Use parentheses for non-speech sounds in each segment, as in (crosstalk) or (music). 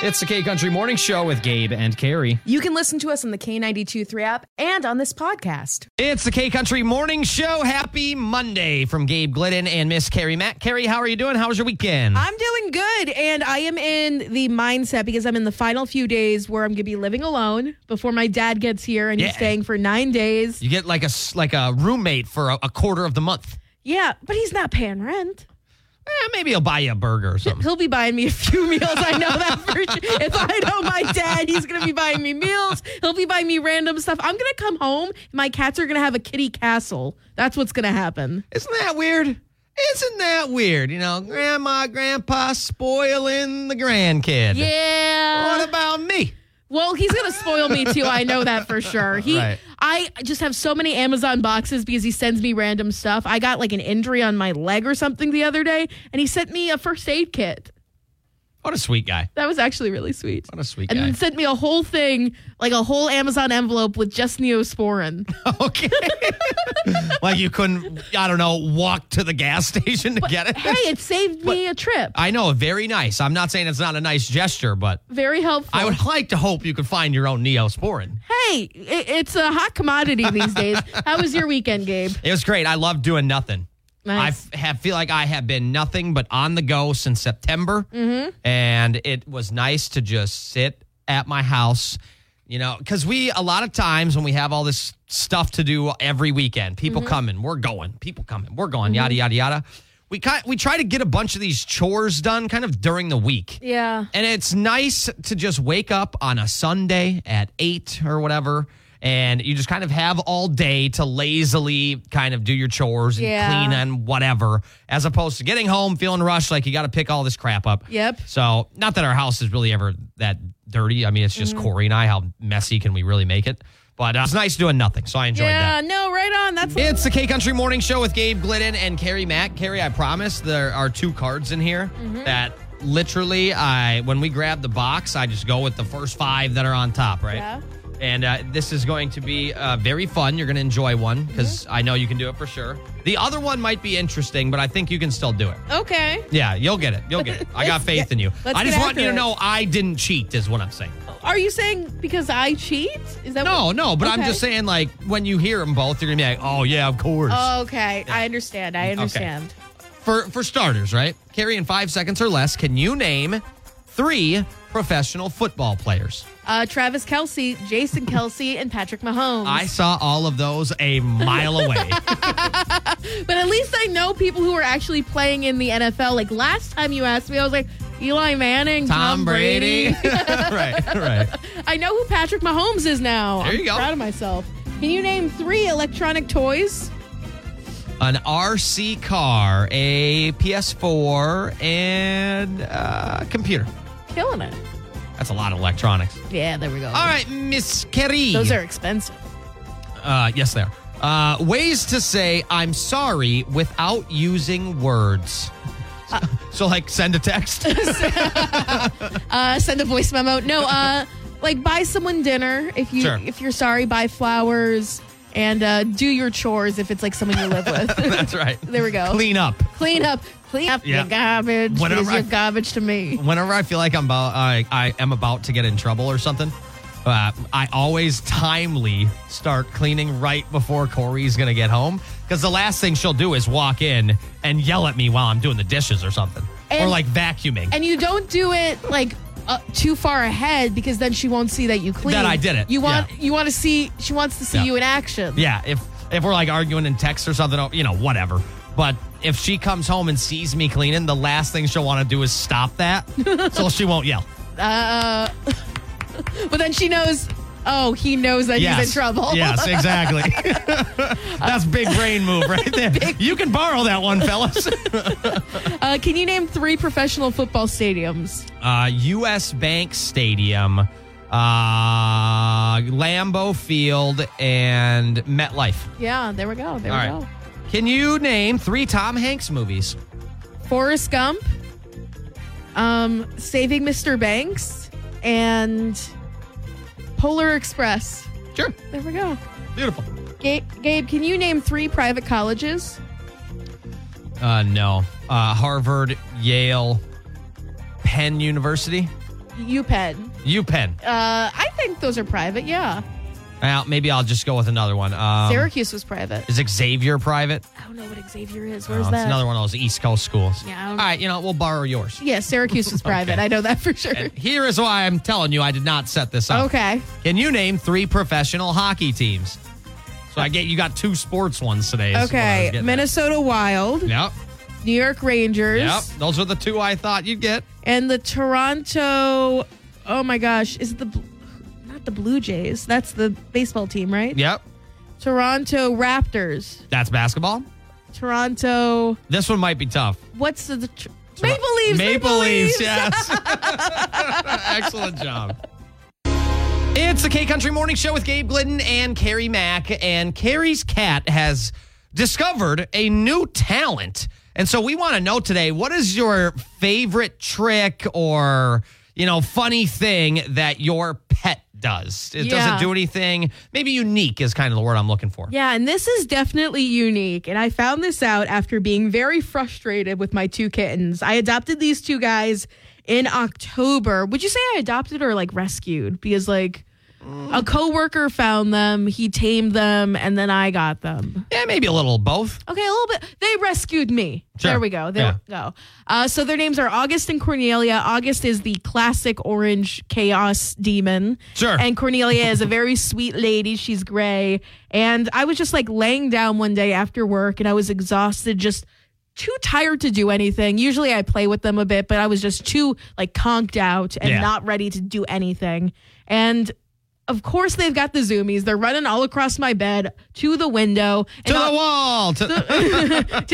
It's the K Country Morning Show with Gabe and Carrie. You can listen to us on the K92.3 app and on this podcast. It's the K Country Morning Show. Happy Monday from Gabe Glidden and Miss Carrie Matt. Carrie, how are you doing? How was your weekend? I'm doing good, and I am in the mindset because I'm in the final few days where I'm going to be living alone before my dad gets here, and Yeah. he's staying for nine days. you get like a s- like a roommate for a, a quarter of the month. Yeah, but he's not paying rent. Eh, maybe he'll buy you a burger or something. He'll be buying me a few (laughs) meals. I know that for sure. If I know my dad, he's going to be buying me meals. He'll be buying me random stuff. I'm going to come home. and My cats are going to have a kitty castle. That's what's going to happen. Isn't that weird? Isn't that weird? You know, grandma, grandpa spoiling the grandkid. Yeah. What about me? Well, he's gonna spoil me too. I know that for sure. He, Right. I just have so many Amazon boxes because he sends me random stuff. I got like an injury on my leg or something the other day, and he sent me a first aid kit. What a sweet guy. That was actually really sweet. What a sweet And guy. then sent me a whole thing, like a whole Amazon envelope with just neosporin. (laughs) Okay. (laughs) like you couldn't, I don't know, walk to the gas station to get it. hey, it saved me a trip. I know, very nice. I'm not saying it's not a nice gesture, but Very helpful. I would like to hope you could find your own neosporin. hey, it, it's a hot commodity these days. How was your weekend, Gabe? It was great. I love doing nothing. Nice. I f- have, feel like I have been nothing but on the go since September. And it was nice to just sit at my house, you know, because we, a lot of times when we have all this stuff to do every weekend, people coming, we're going, people coming, we're going, yada, yada, yada. We, ki- we try to get a bunch of these chores done kind of during the week. Yeah. And it's nice to just wake up on a Sunday at eight or whatever, and you just kind of have all day to lazily kind of do your chores and Yeah. clean and whatever, as opposed to getting home feeling rushed like you got to pick all this crap up. Yep. So, not that our house is really ever that dirty. I mean, it's Mm-hmm. just Corey and I. How messy can we really make it? But uh, it's nice doing nothing. So, I enjoyed that. Yeah. No, right on. That's It's the K Country Morning Show with Gabe Glidden and Carrie Mack. Carrie, I promise there are two cards in here Mm-hmm. that literally, I when we grab the box, I just go with the first five that are on top, right? Yeah. And uh, this is going to be uh, very fun. You're going to enjoy one Mm-hmm. because I know you can do it for sure. The other one might be interesting, but I think you can still do it. okay. Yeah, you'll get it. You'll get it. I (laughs) got Let's faith get- in you. let's I just get want you after to it. Oh. know I didn't cheat, is what I'm saying. Are you saying because I cheat? Is that No, What? no, but I'm Okay. just saying, like, when you hear them both, you're going to be like, oh, yeah, of course. okay, I understand. I understand. for for starters, right? Carrie, in five seconds or less, can you name three professional football players? Uh, Travis Kelsey, Jason Kelsey, and Patrick Mahomes. I saw all of those a mile (laughs) away. but at least I know people who are actually playing in the NFL. Like last time you asked me, I was like Eli Manning, Tom, Tom Brady. (laughs) right, right. I know who Patrick Mahomes is now. There you I'm go. Proud of myself. Can you name three electronic toys? An RC car, a PS4, and a computer. Killing it. That's a lot of electronics. Yeah, there we go. All right, Miss Carrie. Those are expensive. Uh, yes, they are. Uh, ways to say I'm sorry without using words. (laughs) so, like, send a (laughs) text. uh, send a voice memo. No, (laughs) uh, like buy someone dinner if you Sure. if you're sorry. Buy flowers and uh, do your chores if it's like someone you (laughs) live with. That's right. There we go. Clean up. clean up, clean up Yeah. your garbage. Whatever Is I- your garbage to me? Whenever I feel like I'm about, I, I am about to get in trouble or something, uh, I always timely start cleaning right before Corey's gonna get home because the last thing she'll do is walk in and yell at me while I'm doing the dishes or something, or And- like vacuuming. And you don't do it like. Uh, too far ahead because then she won't see that you clean. That I did it. You want Yeah. you want to see she wants to see Yeah. you in action. yeah, if if we're like arguing in text or something, oh, you know, whatever. But if she comes home and sees me cleaning, the last thing she'll want to do is stop (laughs) that, so she won't yell. Uh, (laughs) but then she knows. Oh, he knows that he's in trouble. Yes, exactly. (laughs) That's big brain move right there. You can borrow that one, fellas. (laughs) (laughs) Uh, can you name three professional football stadiums? uh, U.S. Bank Stadium, uh, Lambeau Field, and MetLife. Yeah, there we go. There All we right. go. Can you name three Tom Hanks movies? Forrest Gump, um, Saving Mr. Banks, and Polar Express. Sure. There we go. Beautiful. Gabe, Gabe, can you name three private colleges? Uh, no. Uh, Harvard, Yale, Penn University. UPenn. You pen. Uh, I think those are private. Yeah, Well, maybe I'll just go with another one. Um, Syracuse was private. is Xavier private? I don't know what Xavier is. No, Where's it's that? another one of those East Coast schools. Yeah, I don't- All right, you know, we'll borrow yours. yeah, Syracuse (laughs) was private. I know that for sure. And here is why I'm telling you I did not set this up. okay. Can you name three professional hockey teams? So I get you got two sports ones today. is what I was Okay. getting at. Minnesota Wild, Yep. New York Rangers, Yep. Those are the two I thought you'd get. and the Toronto. Oh my gosh, is it the Bl- not the Blue Jays? That's the baseball team, right? Yep. Toronto Raptors. That's basketball. Toronto. This one might be tough. What's the, the tr- Maple (laughs) Leafs? Maple, Leafs, yes. (laughs) Excellent job. It's the K Country Morning Show with Gabe Glidden and Carrie Mack. And Carrie's cat has discovered a new talent. And so we want to know today what is your favorite trick or, you know, funny thing that your pet does? It Yeah. doesn't do anything. Maybe unique is kind of the word I'm looking for. Yeah, and this is definitely unique. And I found this out after being very frustrated with my two kittens. I adopted these two guys in October. Would you say I adopted or like rescued? Because like a coworker found them, he tamed them, and then I got them. Yeah, maybe a little of both. Okay, a little bit. They rescued me. Sure. There we go. There we go. Uh, so their names are August and Cornelia. August is the classic orange chaos demon. Sure. And Cornelia is a very sweet lady. She's gray. And I was just like laying down one day after work and I was exhausted, just too tired to do anything. Usually I play with them a bit, but I was just too like conked out and Yeah. not ready to do anything. And of course they've got the zoomies. They're running all across my bed to the window. To and I'll- the wall. To, (laughs) till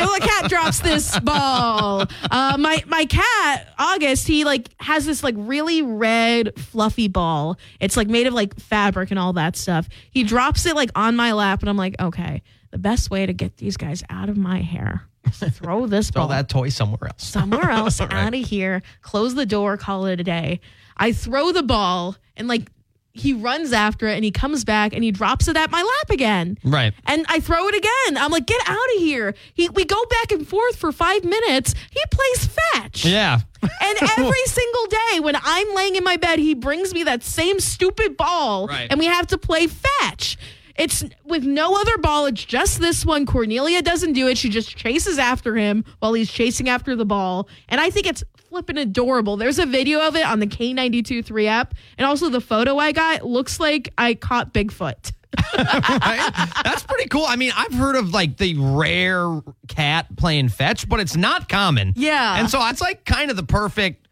the cat (laughs) drops this ball. Uh, my my cat August, he like has this like really red fluffy ball. It's like made of like fabric and all that stuff. He drops it like on my lap, and I'm like, okay, the best way to get these guys out of my hair is (laughs) to throw this throw ball that toy somewhere else. somewhere else out of here close the door call it a day i throw the ball and like he runs after it and he comes back and he drops it at my lap again Right. and i throw it again i'm like get out of here he, we go back and forth for five minutes he plays fetch Yeah. and (laughs) every single day when i'm laying in my bed he brings me that same stupid ball Right. and we have to play fetch it's with no other ball it's just this one cornelia doesn't do it she just chases after him while he's chasing after the ball and i think it's flippin' adorable there's a video of it on the k92 3 app and also the photo i got looks like i caught bigfoot (laughs) right? That's pretty cool. I mean, I've heard of like the rare cat playing fetch, but it's not common. Yeah. And so that's like kind of the perfect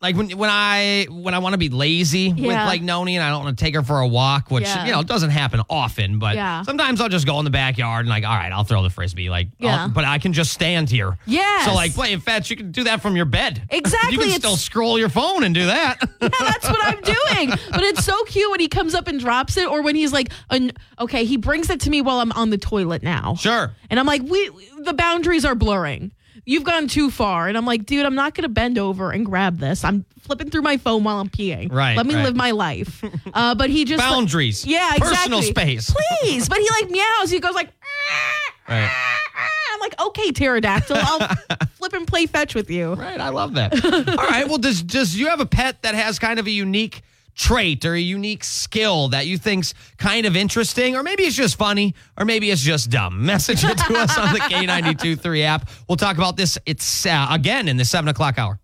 like when when I when I want to be lazy with Yeah. like Noni and I don't want to take her for a walk, which Yeah. you know doesn't happen often, but Yeah. sometimes I'll just go in the backyard and like, all right, I'll throw the frisbee, like, I'll- Yeah. but I can just stand here. Yes. So like playing fetch, you can do that from your bed. (laughs) Exactly, You can it's- still scroll your phone and do that. (laughs) Yeah, that's what I'm doing. But it's so cute when he comes up and drops it, or when he's like, an- okay, he brings it to me while I'm on the toilet now. sure. And I'm like, we the boundaries are blurring. You've gone too far. And I'm like, dude, I'm not going to bend over and grab this. I'm flipping through my phone while I'm peeing. Right, Let me right. live my life. Uh, but he just. Boundaries. yeah, exactly. Personal space. Please. But he like meows. He goes like. Right. I'm like, okay, pterodactyl. (laughs) I'll flip and play fetch with (laughs) you. Right, I love that. All right, well, does does you have a pet that has kind of a unique trait or a unique skill that you think's kind of interesting, or maybe it's just funny, or maybe it's just dumb? (laughs) Message it to us on the K ninety two three app. We'll talk about this. It's uh, again in the seven o'clock hour.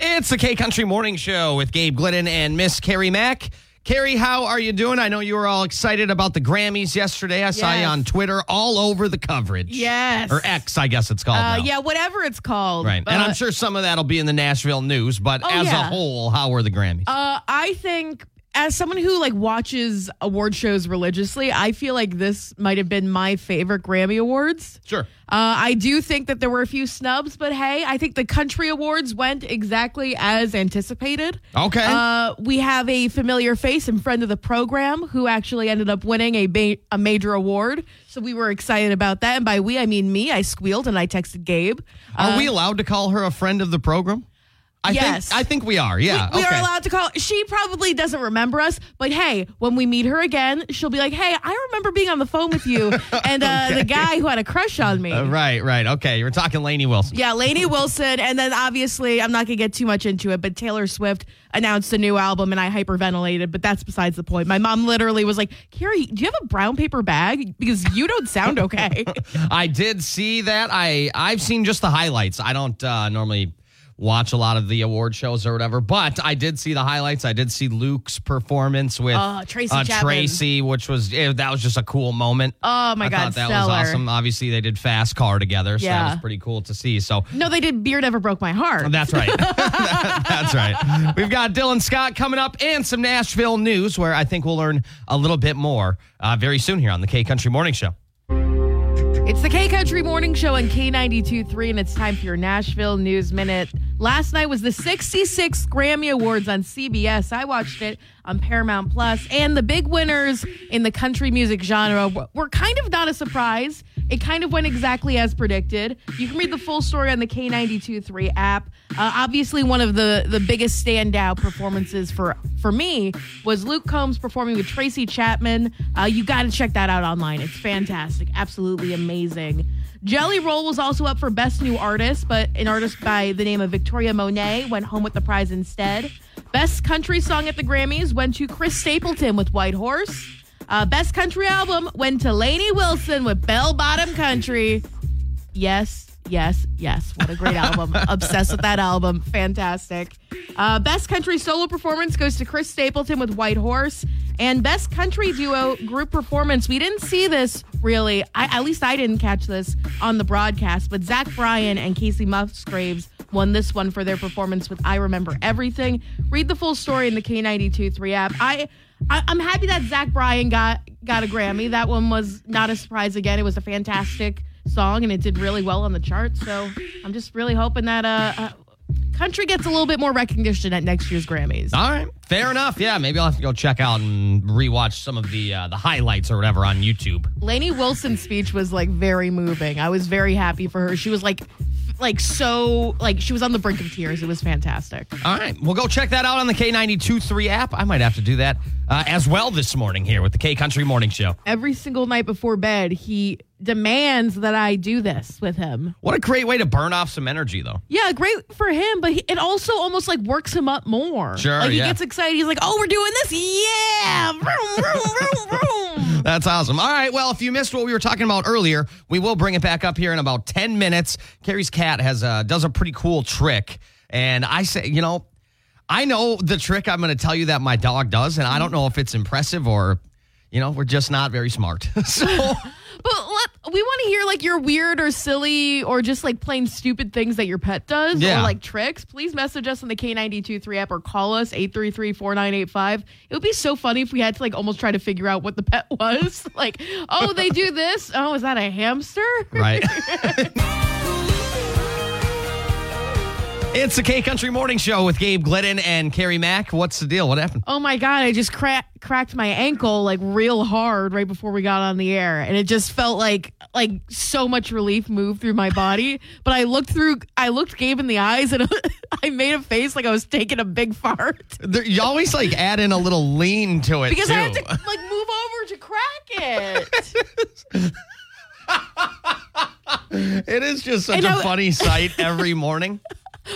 It's the K Country Morning Show with Gabe Glidden and Miss Carrie Mack. Carrie, how are you doing? I know you were all excited about the Grammys yesterday. I saw you Yes. on Twitter all over the coverage. Yes. Or X, I guess it's called. Uh, now. yeah, whatever it's called. Right. And Uh, Oh, I'm sure some of that'll be in the Nashville news, but as a yeah. whole, how were the Grammys? Uh, I think as someone who like watches award shows religiously, I feel like this might have been my favorite Grammy awards. sure. Uh, I do think that there were a few snubs, but hey, I think the country awards went exactly as anticipated. Okay. Uh, we have a familiar face and friend of the program who actually ended up winning a ba- a major award, so we were excited about that. And by we, I mean me. I squealed and I texted Gabe. Are we allowed to call her a friend of the program? I uh, Yes. think I think we are. Yeah. We Uh, okay. are allowed to call. She probably doesn't remember us, but hey, when we meet her again, she'll be like, "Hey, I remember being on the phone with you and uh, the guy who had a crush on me." Uh, right, right. Okay. You're talking Laney Wilson. Yeah, Lainey Wilson, and then obviously I'm not gonna get too much into it, but Taylor Swift announced a new album, and I hyperventilated. But that's besides the point. My mom literally was like, "Carrie, do you have a brown paper bag? Because you don't sound okay." I did see that. I I've seen just the highlights. I don't uh, normally watch a lot of the award shows or whatever, but I did see the highlights. I did see Luke's performance with Oh, Tracy uh, Chapman. Tracy, which was eh, that was just a cool moment. Oh, my I God, thought that stellar. was awesome. Obviously, they did Fast Car together, so that Yeah. was pretty cool to see. So no, they did. Beer never broke my heart. That's (laughs) right. That's right. We've got Dylan Scott coming up and some Nashville news where I think we'll learn a little bit more uh, very soon here on the K Country Morning Show. It's the K Country Morning Show on K92.3, and it's time for your Nashville News Minute. Last night was the 66th Grammy Awards on CBS. I watched it on Paramount Plus, and the big winners in the country music genre w- were kind of not a surprise. It kind of went exactly as predicted. You can read the full story on the K92.3 app. Uh, obviously, one of the, the biggest standout performances for, for me was Luke Combs performing with Tracy Chapman. Uh, you got to check that out online. It's fantastic, absolutely amazing. Jelly Roll was also up for Best New Artist, but an artist by the name of Victoria Monet went home with the prize instead. Best Country Song at the Grammys went to Chris Stapleton with White Horse. Uh, Best Country Album went to Lainey Wilson with Bell Bottom Country. Yes, yes, yes. What a great album. Obsessed with that album. Fantastic. Uh, best country solo performance goes to Chris Stapleton with White Horse. And best country duo group performance. We didn't see this really. I, at least I didn't catch this on the broadcast, but Zach Bryan and Casey Musgraves won this one for their performance with I Remember Everything. Read the full story in the K92.3 app. I, I I'm happy that Zach Bryan got got a Grammy. That one was not a surprise again. It was a fantastic song and it did really well on the chart. So I'm just really hoping that uh, uh country gets a little bit more recognition at next year's Grammys. All right, fair enough. Yeah, maybe I'll have to go check out and rewatch some of the uh, the highlights or whatever on YouTube. Lainey Wilson's speech was like very moving. I was very happy for her. She was like f- like so like she was on the brink of tears. It was fantastic. All right, we'll go check that out on the K92.3 app. I might have to do that uh, as well this morning here with the K Country Morning Show. Every single night before bed, he demands that I do this with him. What a great way to burn off some energy, though. Yeah, great for him, but he, it also almost like works him up more. Sure, like he yeah. gets excited. He's like, "Oh, we're doing (laughs) this! Yeah, vroom, vroom, vroom, vroom." That's awesome. All right. Well, if you missed what we were talking about earlier, we will bring it back up here in about 10 minutes. Carrie's cat has a, does a pretty cool trick. And I say, you know, I know the trick I'm going to tell you that my dog does. And I don't know if it's impressive or, you know, we're just not very smart. (laughs) so, But let, we want to hear like your weird or silly or just like plain stupid things that your pet does Yeah. or like tricks. Please message us on the K923 app or call us 833-4985. It would be so funny if we had to like almost try to figure out what the pet (laughs) was. like, oh, they do this. Oh, is that a hamster? right. it's the K Country Morning Show with Gabe Glidden and Carrie Mack. What's the deal? What happened? Oh my god, I just cra- cracked my ankle like real hard right before we got on the air and it just felt like like so much relief moved through my body, but I looked through I looked Gabe in the eyes and (laughs) I made a face like I was taking a big fart There, you always like add in a little lean to it. because I too. had to like move over to crack it. It is just such And a I- funny sight (laughs) every morning.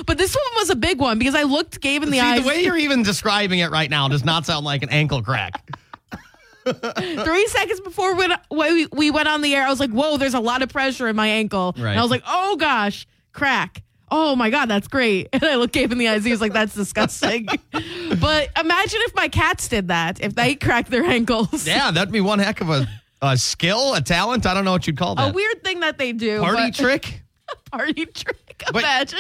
but this one was a big one because I looked Gabe in the See, eyes the way you're even describing it right now does not sound like an ankle crack. (laughs) 3 seconds before we we we went on the air. I was like, "Whoa, there's a lot of pressure in my ankle." Right. And I was like, "Oh gosh, crack." Oh my God, that's great. (laughs) And I looked Gabe in the eyes. He was like, that's disgusting. (laughs) but imagine if my cats did that, if they cracked their ankles. Yeah, that'd be one heck of a, a skill, a talent. I don't know what you'd call A that. weird thing that they do. Party but- trick. (laughs) Party trick. But- Imagine.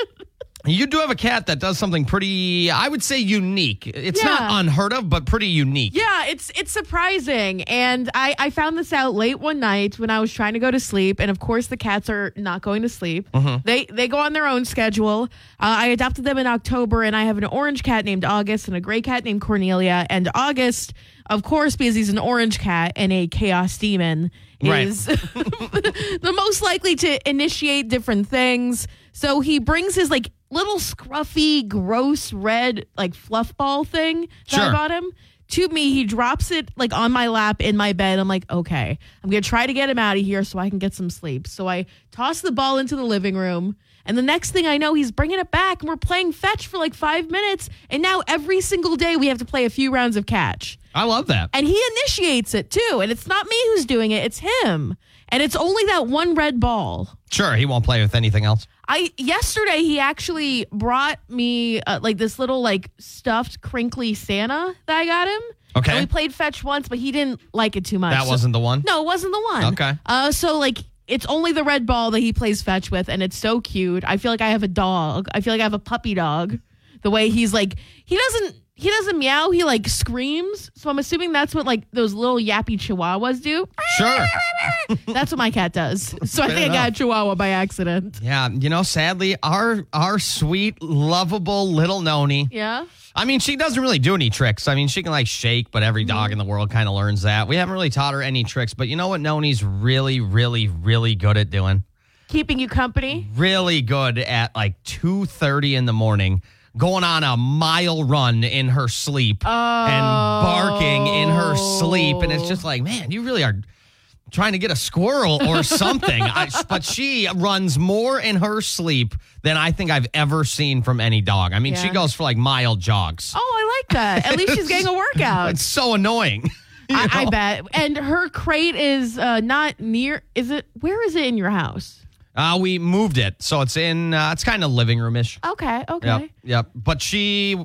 You do have a cat that does something pretty, I would say, unique. It's Yeah. not unheard of, but pretty unique. Yeah, it's it's surprising, and I I found this out late one night when I was trying to go to sleep, and of course the cats are not going to sleep. They they go on their own schedule. Uh, I adopted them in October, and I have an orange cat named August and a gray cat named Cornelia. And August, of course, because he's an orange cat and a chaos demon, Right. is the most likely to initiate different things. So he brings his like little scruffy, gross red like fluff ball thing that Sure. I bought him to me. He drops it like on my lap in my bed. I'm like, okay, I'm gonna try to get him out of here so I can get some sleep. So I toss the ball into the living room. And the next thing I know, he's bringing it back, and we're playing fetch for like five minutes. And now every single day we have to play a few rounds of catch I love that. and he initiates it too. And it's not me who's doing it; it's him. And it's only that one red ball. Sure, he won't play with anything else. I yesterday he actually brought me uh, like this little like stuffed crinkly Santa that I got him. Okay. and we played fetch once, but he didn't like it too much. That So- wasn't the one. no, it wasn't the one. Okay. Uh, so like it's only the red ball that he plays fetch with, and it's so cute. I feel like I have a dog. I feel like I have a puppy dog. The way he's like, he doesn't. He doesn't meow. He like screams. So I'm assuming that's what like those little yappy chihuahuas do. Sure. That's what my (laughs) cat does. So I Fair think I got a enough. chihuahua by accident. Yeah, you know, sadly, our our sweet, lovable little Noni. Yeah. I mean, she doesn't really do any tricks. I mean, she can like shake, but every dog in the world kind of learns that. We haven't really taught her any tricks, but you know what Noni's really, really, really good at doing? Keeping you company. Really good at like 2.30 in the morning, going on a mile run in her sleep and barking in her sleep. And it's just like, man, you really are trying to get a squirrel or something. I, but she runs more in her sleep than I think I've ever seen from any dog. I mean, she Yeah. goes for like mile jogs. Oh, I like that. At least she's getting a workout. (laughs) It's so annoying. I, I bet. And her crate is uh, not near. Is it? Where is it in your house? Uh, we moved it, so it's in. Uh, it's kind of living roomish. Okay. Okay. Yep, yep. But she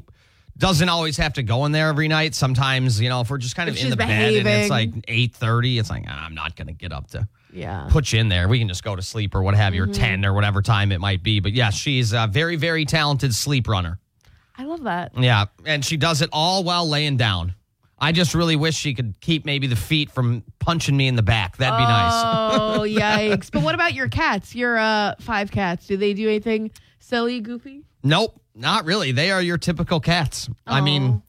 doesn't always have to go in there every night. Sometimes, you know, if we're just kind of If in she's the bed and it's behaving. like eight thirty, it's like "Ah, I'm not gonna get up to Yeah. put you in there. We can just go to sleep or what have you, or Mm-hmm. ten or whatever time it might be. But yeah, she's a very, very talented sleep runner. I love that. Yeah, and she does it all while laying down. I just really wish she could keep maybe the feet from punching me in the back. That'd be nice. (laughs) Oh, yikes. But what about your cats? Your uh, five cats. Do they do anything silly, goofy? Nope, not really. They are your typical cats. I mean. Oh.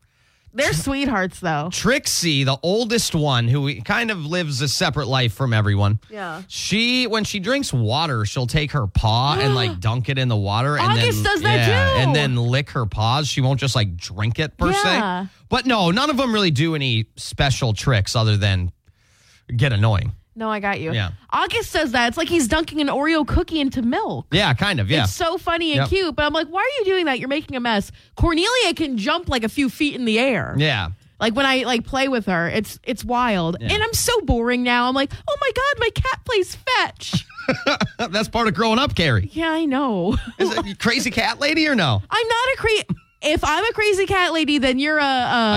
They're sweethearts, though. Trixie, the oldest one, who kind of lives a separate life from everyone. Yeah. She, when she drinks water, she'll take her (gasps) paw and like dunk it in the water. And August then, does that too. And then lick her paws. She won't just like drink it per Yeah. se. But no, none of them really do any special tricks other than get annoying. No, I got you. Yeah. August says that. It's like he's dunking an Oreo cookie into milk. Yeah, kind of. Yeah. It's so funny and Yep. cute, but I'm like, why are you doing that? You're making a mess. Cornelia can jump like a few feet in the air. yeah. Like when I like play with her, it's it's wild. And I'm so boring now. I'm like, oh my god, my cat plays fetch. (laughs) That's part of growing up, Carrie. yeah, I know. Is it you crazy cat lady or no? I'm not a crazy. If I'm a crazy cat lady, then you're a,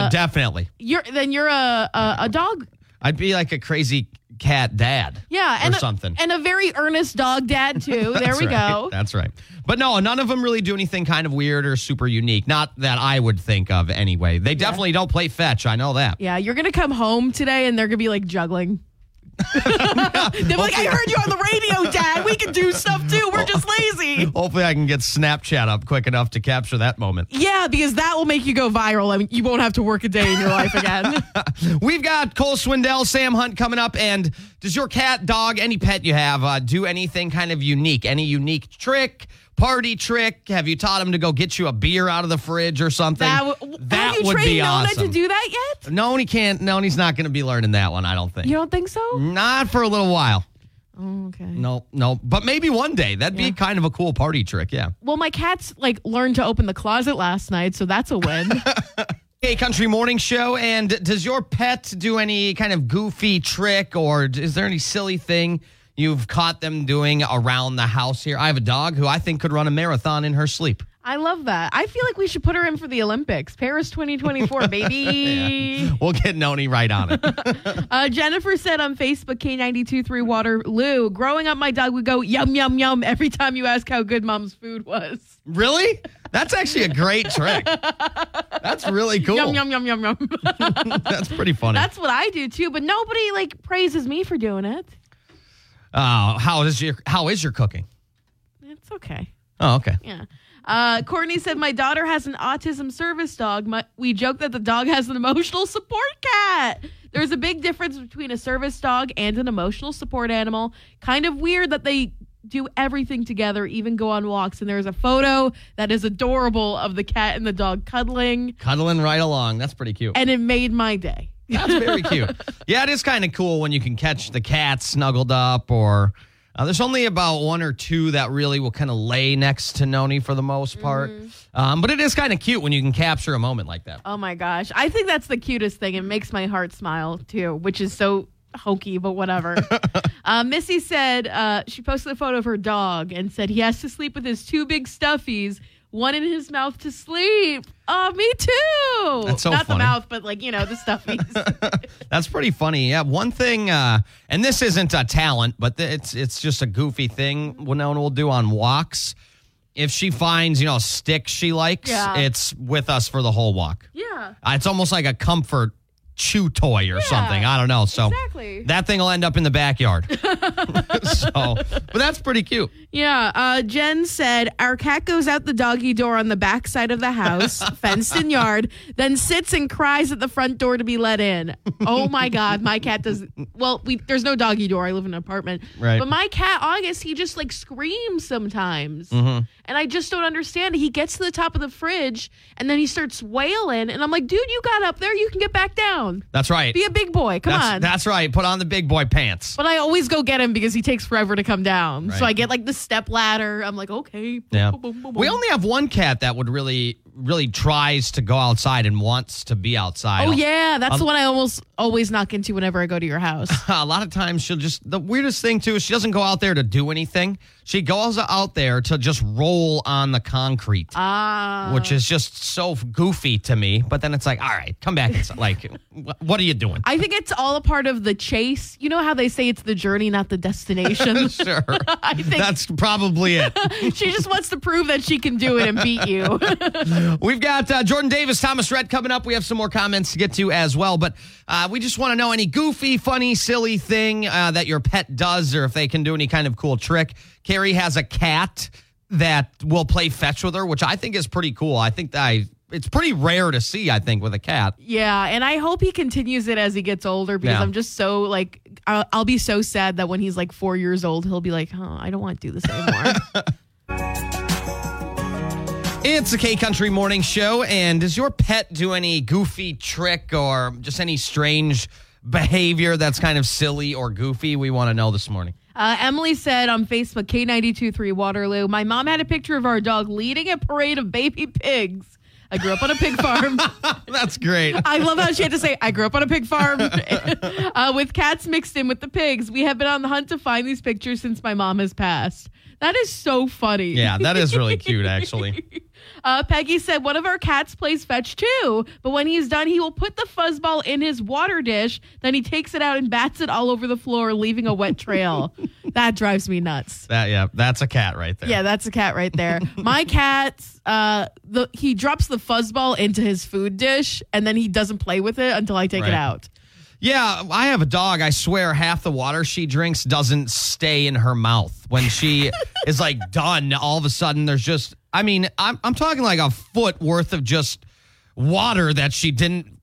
a Definitely. you're then you're a, a a dog. I'd be like a crazy cat dad. Yeah, Or and a- something. and a very earnest (laughs) dog dad too. there That's we right. go. That's right. But no, none of them really do anything kind of weird or super unique. Not that I would think of anyway. They definitely don't play fetch. I know that. Yeah, you're gonna come home today, and they're gonna be (laughs) like juggling. They're like, I heard you on the radio, Dad. We can do stuff too. We're (laughs) just lazy. Hopefully, I can get Snapchat up quick enough to capture that moment. Yeah, because that will make you go viral. I mean, you won't have to work a day in your (laughs) life again. We've got Cole Swindell, Sam Hunt coming up. And does your cat, dog, any pet you have uh, do anything kind of unique? Any unique trick? Party trick? Have you taught him to go get you a beer out of the fridge or something? that w- That have you would trained be Nona awesome. to do that yet? no, he can't. No, he's not going to be learning that one. I don't think. You don't think so? Not for a little while. Oh, okay. No, no, but maybe one day that'd be kind of a cool party trick. Yeah. Well, my cats like learned to open the closet last night, so that's a win. Hey, country morning show. And does your pet do any kind of goofy trick, or is there any silly thing you've caught them doing around the house here? I have a dog who I think could run a marathon in her (laughs) sleep. I love that. I feel like we should put her in for the Olympics, Paris 2024, baby. We'll get Noni right on it. Uh, Jennifer said on Facebook, K92.3 Waterloo, growing up, my dog would go yum, yum, yum every time you ask how good mom's food was. really? That's actually a great trick. That's really cool. Yum, yum, yum, yum, yum. (laughs) That's pretty funny. That's what I do too, but nobody like praises me for doing it. Uh, how is your How is your cooking? It's okay. Oh, okay. Yeah. Uh, Courtney said, My daughter has an autism service dog. My, we joke that the dog has an emotional support cat. There's a big difference between a service dog and an emotional support animal. Kind of weird that they do everything together, even go on walks. And there is a photo that is adorable of the cat and the dog cuddling, Cuddling right along. That's pretty (laughs) cute. and it made my day. That's very cute. Yeah, it is kind of cool when you can catch the cat snuggled up, or uh, there's only about one or two that really will kind of lay next to Noni for the most part. Um, but it is kind of cute when you can capture a moment like that. Oh my gosh. I think that's the cutest thing. It makes my heart smile too, which is so hokey, but whatever. (laughs) uh, Missy said uh, she posted a photo of her dog and said he has to sleep with his two big stuffies, one in his mouth to sleep. Oh, me too. That's so Not funny. the mouth, but like, you know, (laughs) the stuffies. That's pretty funny. Yeah, one thing, uh, and this isn't a talent, but th- it's it's just a goofy thing Winona will do on walks. If she finds, you know, a stick she likes, Yeah. it's with us for the whole walk. yeah. Uh, It's almost like a comfort chew toy or something. I don't know. So exactly. that thing will end up in the (laughs) backyard. so, but that's pretty cute. Yeah, uh, Jen said our cat goes out the doggy door on the back side of (laughs) the house, fenced in yard, then sits and cries at the front door to be let in. Oh my god, my cat does. Well, we there's no doggy door. I live in an apartment, Right. But my cat August, he just like screams sometimes, Mm-hmm. and I just don't understand. He gets to the top of the fridge and then he starts wailing, and I'm like, dude, you got up there, you can get back down. That's right. Be a big boy. Come that's, on. that's right. Put on the big boy pants. But I always go get him because he takes forever to come down. So Right. I get like the step ladder. I'm like, okay. Yeah. Boom, boom, boom, boom. We only have one cat that would really, really tries to go outside and wants to be outside. Oh yeah, Um, that's the one I almost always knock into whenever I go to (laughs) your house. A lot of times she'll just, the weirdest thing too is she doesn't go out there to do anything. She goes out there to just roll on the concrete. Ah, which is just so goofy to me. But then it's like, all right, come back. It's like, wh- what are you doing? I think it's all a part of the chase. You know how they say it's the journey, not (laughs) the destination. (laughs) sure, I think that's probably it. she just wants to prove that she can do it and beat you. (laughs) We've got uh, Jordan Davis, Thomas Red coming up. We have some more comments to get to as well, but uh, we just want to know any goofy, funny, silly thing uh, that your pet does, or if they can do any kind of cool trick. Carrie has a cat that will play fetch with her, which I think is pretty cool. I think that I. It's pretty rare to see, I think, with a cat. yeah, and I hope he continues it as he gets older because Yeah. I'm just so like I'll, I'll be so sad that when he's like four years old, he'll be like, "Huh, I don't want to do this (laughs) anymore." It's the K Country Morning Show, and does your pet do any goofy trick or just any strange behavior that's kind of silly or goofy? We want to know this morning. Uh, Emily said on Facebook, K923 Waterloo, my mom had a picture of our dog leading a parade of baby pigs. I grew up on a pig farm. That's great. I love how she had to say, I grew up on a pig farm (laughs) uh, with cats mixed in with the pigs. We have been on the hunt to find these pictures since my mom has passed. That is so funny. Yeah, that is really cute, (laughs) actually. Uh, Peggy said one of our cats plays fetch too, but when he's done, he will put the fuzzball in his water dish. Then he takes it out and bats it all over the floor, leaving a wet trail. that drives me nuts. That yeah, that's a cat right there. Yeah, that's a cat (laughs) right there. My cat's uh, the he drops the fuzzball into his food dish, and then he doesn't play with it until I take Right. it out. Yeah, I have a dog. I swear half the water she drinks doesn't stay in her mouth. When (laughs) she is like done, all of a sudden there's just I mean, I'm I'm talking like a foot worth of just water that she didn't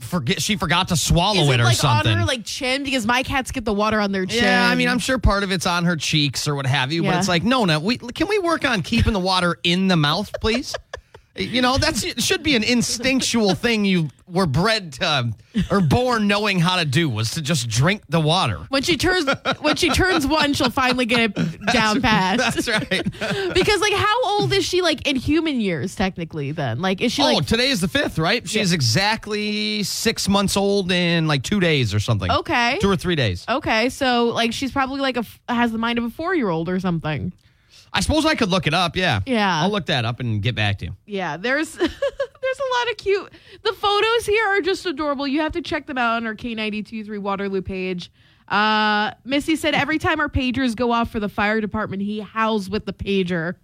forget she forgot to swallow Is it, it or like something. on her like chin? Because my cats get the water on their chin. Yeah, I mean, I'm sure part of it's on her cheeks or what have you, but Yeah. it's like, no, no, we can we work on keeping the water in the mouth, please? (laughs) you know, that's it should be an instinctual thing you were bred to or born knowing how to do was to just drink the water. (laughs) when she turns when she turns one, she'll finally get it down (laughs) pat. That's right. (laughs) Because like, how old is she? Like in human years, technically. Then, like, is she oh, like? today is the fifth, right? She's exactly six months old in like two days or something. Okay. Oh. Two or three days. Okay, so like, she's probably like a f- has the mind of a four year old or something. I suppose I could look it up. Yeah. Yeah. I'll look that up and get back to you. Yeah, there's (laughs) there's a lot of cute. The photos here are just adorable. You have to check them out on our K923 Waterloo page. Uh, Missy said every time our pagers go off for the fire department, he howls with the pager.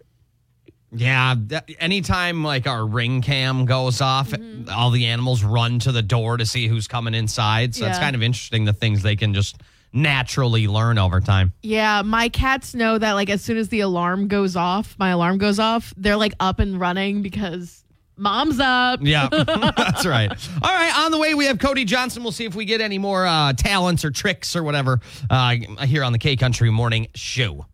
Yeah, that, anytime like our ring cam goes off, all the animals run to the door to see who's coming inside. So it's Yeah. kind of interesting the things they can just naturally learn over time. Yeah, my cats know that like as soon as the alarm goes off, my alarm goes off, they're like up and running because mom's up. Yeah, that's right. All right, on the way we have Cody Johnson. We'll see if we get any more uh, talents or tricks or whatever uh, here on the K Country Morning Show.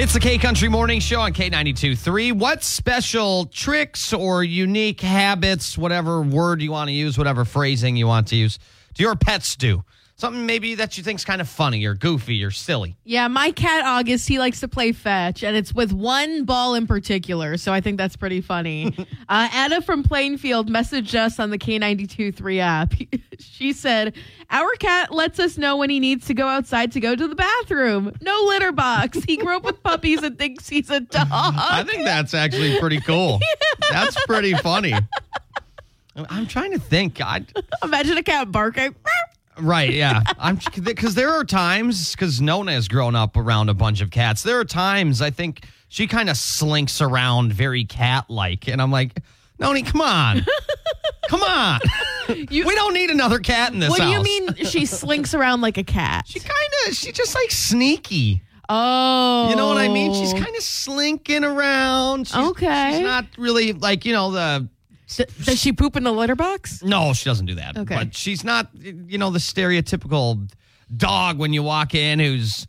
It's the K Country Morning Show on K92.3. What special tricks or unique habits, whatever word you want to use, whatever phrasing you want to use, do your pets do? Something maybe that you think's kind of funny or goofy or silly. Yeah, my cat August, he likes to play fetch, and it's with one ball in particular. So I think that's (laughs) pretty funny. uh, Anna from Plainfield messaged us on the K92 3 app. (laughs) she said, Our cat lets us know when he needs to go outside to go to the bathroom. No litter box. He grew up with puppies and thinks he's a dog. I think that's actually pretty cool. That's pretty funny. I'm trying to think. I, (laughs) Imagine a cat barking. right, yeah. I'm because there are times because Nona has grown up around a bunch of cats. There are times I think she kind of slinks around very cat-like, and I'm like, Noni, come on, come on. (laughs) You- we don't need another cat in this What do you house. mean (laughs) she slinks around like a cat? She kind of she just like sneaky. oh. You know what I mean? She's kind of slinking around. She's, Okay. She's not really like you know the Th- Does she poop in the litter box? No, she doesn't do that. Okay. But she's not, you know, the stereotypical dog when you walk in who's,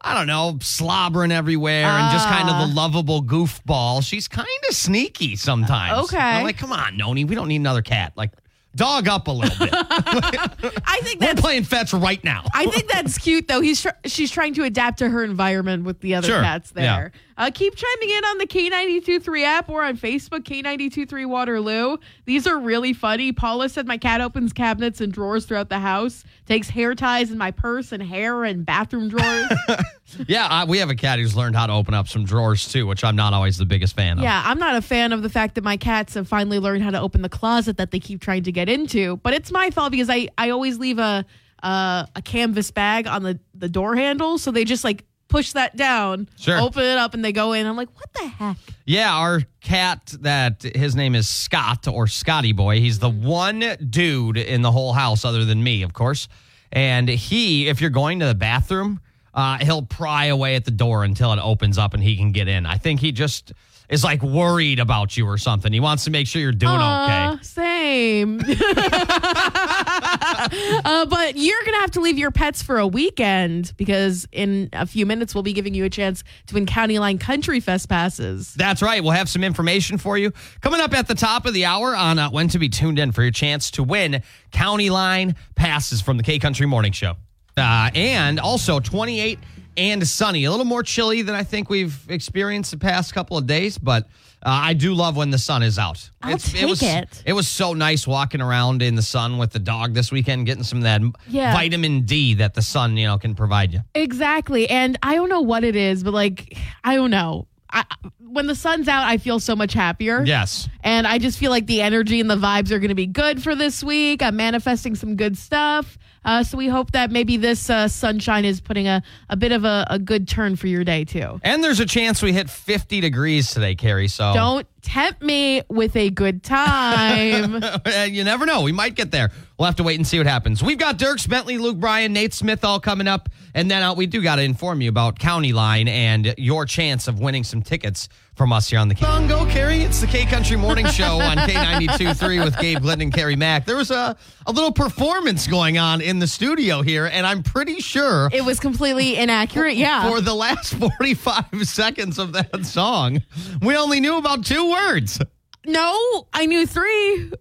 I don't know, slobbering everywhere and just kind Ah. of the lovable goofball. She's kind of sneaky sometimes. Okay. And I'm like, come on, Noni, we don't need another cat. Like, dog up a (laughs) little bit. I think We're that's playing fetch right now. I think that's cute though. He's tr- she's trying to adapt to her environment with the other Sure. cats there. Uh, keep chiming in on the K923 app or on Facebook K923 Waterloo. These are really funny. Paula said my cat opens cabinets and drawers throughout the house, takes hair ties in my purse and hair and bathroom drawers. yeah, I, we have a cat who's learned how to open up some drawers too, which I'm not always the biggest fan of. yeah, I'm not a fan of the fact that my cats have finally learned how to open the closet that they keep trying to get into, but it's my fault because I I always leave a uh, a canvas bag on the the door handle, so they just like push that down, Sure. open it up, and they go in. I'm like, what the heck? Yeah, our cat that his name is Scott or Scotty Boy. He's the one dude in the whole house other than me, of course. And he, if you're going to the bathroom, uh, he'll pry away at the door until it opens up and he can get in. I think he just is like worried about you or something. He wants to make sure you're doing Uh, okay. Same. (laughs) uh, but you're going to have to leave your pets for a weekend because in a few minutes, we'll be giving you a chance to win County Line Country Fest passes. That's right. We'll have some information for you coming up at the top of the hour on uh, when to be tuned in for your chance to win County Line passes from the K Country Morning Show. Uh, and also 28 and sunny. A little more chilly than I think we've experienced the past couple of days, but uh, I do love when the sun is out. I'll it, was, take it. it was so nice walking around in the sun with the dog this weekend, getting some of that Yeah. vitamin D that the sun you know can provide you. Exactly. And I don't know what it is, but like, I don't know. I, when the sun's out, I feel so much happier. Yes. And I just feel like the energy and the vibes are going to be good for this week. I'm manifesting some good stuff. Uh, so we hope that maybe this uh, sunshine is putting a, a bit of a, a good turn for your day, too. And there's a chance we hit 50 degrees today, Carrie. So Don't tempt me with a (laughs) good time. Uh, you never know. We might get there. We'll have to wait and see what happens. We've got Dirks Bentley, Luke Bryan, Nate Smith all coming up. And then uh, we do got to inform you about County Line and your chance of winning some tickets from us here on the K. Long go, Carrie. It's the K Country (laughs) Morning Show on K92.3 with Gabe Glenn and Carrie Mack. There was a, a little performance going on in the studio here, and I'm pretty sure it was completely inaccurate. Yeah. for the last 45 (laughs) seconds of that song, we only knew about two words. no, I knew three.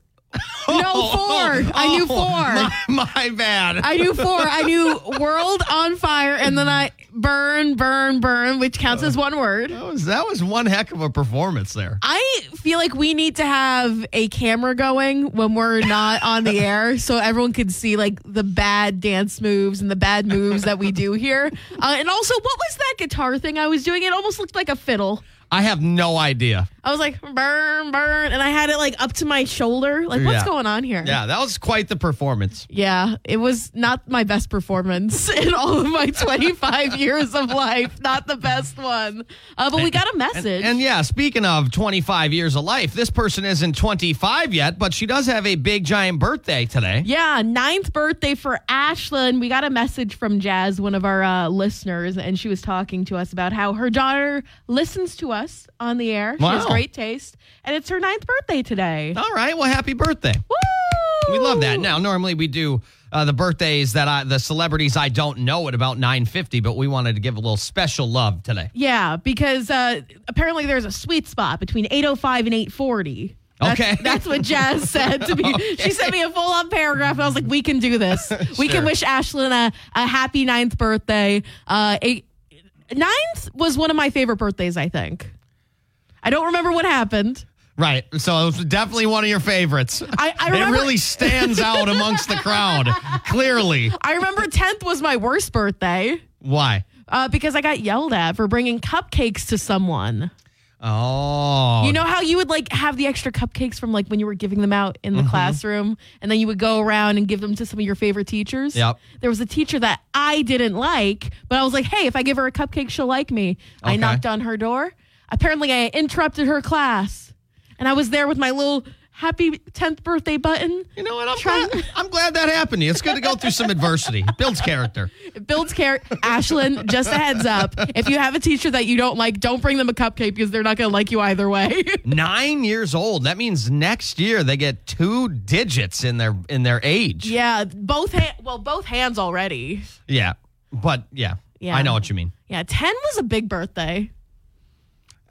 No, four. I knew four. Oh, My, my bad. I knew four. I knew world on fire, and then I burn, burn, burn, which counts as one word. That was that was one heck of a performance there. I feel like we need to have a camera going when we're not on the air, so everyone could see like the bad dance moves and the bad moves that we do here. Uh, and also, what was that guitar thing I was doing? It almost looked like a fiddle. I have no idea. I was like burn, burn, and I had it like up to my shoulder. Like, what's Yeah. going on here? Yeah, that was quite the performance. Yeah, it was not my best performance (laughs) in all (laughs) of my 25 years of life. Not the best one. Uh, but we got a message. And yeah, speaking of 25 years of life, this person isn't 25 yet, but she does have a big giant birthday today. yeah, ninth birthday for Ashlyn. We got a message from Jazz, one of our uh, listeners, and she was talking to us about how her daughter listens to us on the air. She has Wow. great taste, and it's her ninth birthday today. All right, well, happy birthday. Woo! We love that. Now, normally we do uh, the birthdays that I, the celebrities I don't know at about 9.50, but we wanted to give a little special love today. Yeah, because uh, apparently there's a sweet spot between 805 and 840. That's, Okay. (laughs) That's what Jazz said to me. (laughs) She sent me a full on paragraph, and I was like, we can do this. We Sure. can wish Ashlyn a, a happy ninth birthday. Uh, eight, ninth was one of my favorite birthdays, I think. I don't remember what happened. Right. So it was definitely one of your favorites. I, I remember. it really stands out amongst the crowd. Clearly. I (laughs) remember 10th was my worst birthday (laughs) Why? uh, because I got yelled at for bringing cupcakes to someone. Oh. You know how you would like have the extra cupcakes from like when you were giving them out in the Mm-hmm. classroom and then you would go around and give them to some of your favorite teachers? Yep. There was a teacher that I didn't like, but I was like, hey, if I give her a cupcake, she'll like me. I Okay. knocked on her door. Apparently, I interrupted her class and I was there with my little happy 10th birthday button. You know what? I'm, Try- glad, I'm glad that happened to you. It's good to go through some adversity. It builds character. It builds care. (laughs) Ashlyn, just a heads up if you have a teacher that you don't like, don't bring them a cupcake because they're not going to like you either way. (laughs) Nine years old. That means next year they get two digits in their in their age. yeah. Both, ha- well, both hands already. Yeah. But yeah, Yeah. I know what you mean. Yeah, 10 was a big birthday.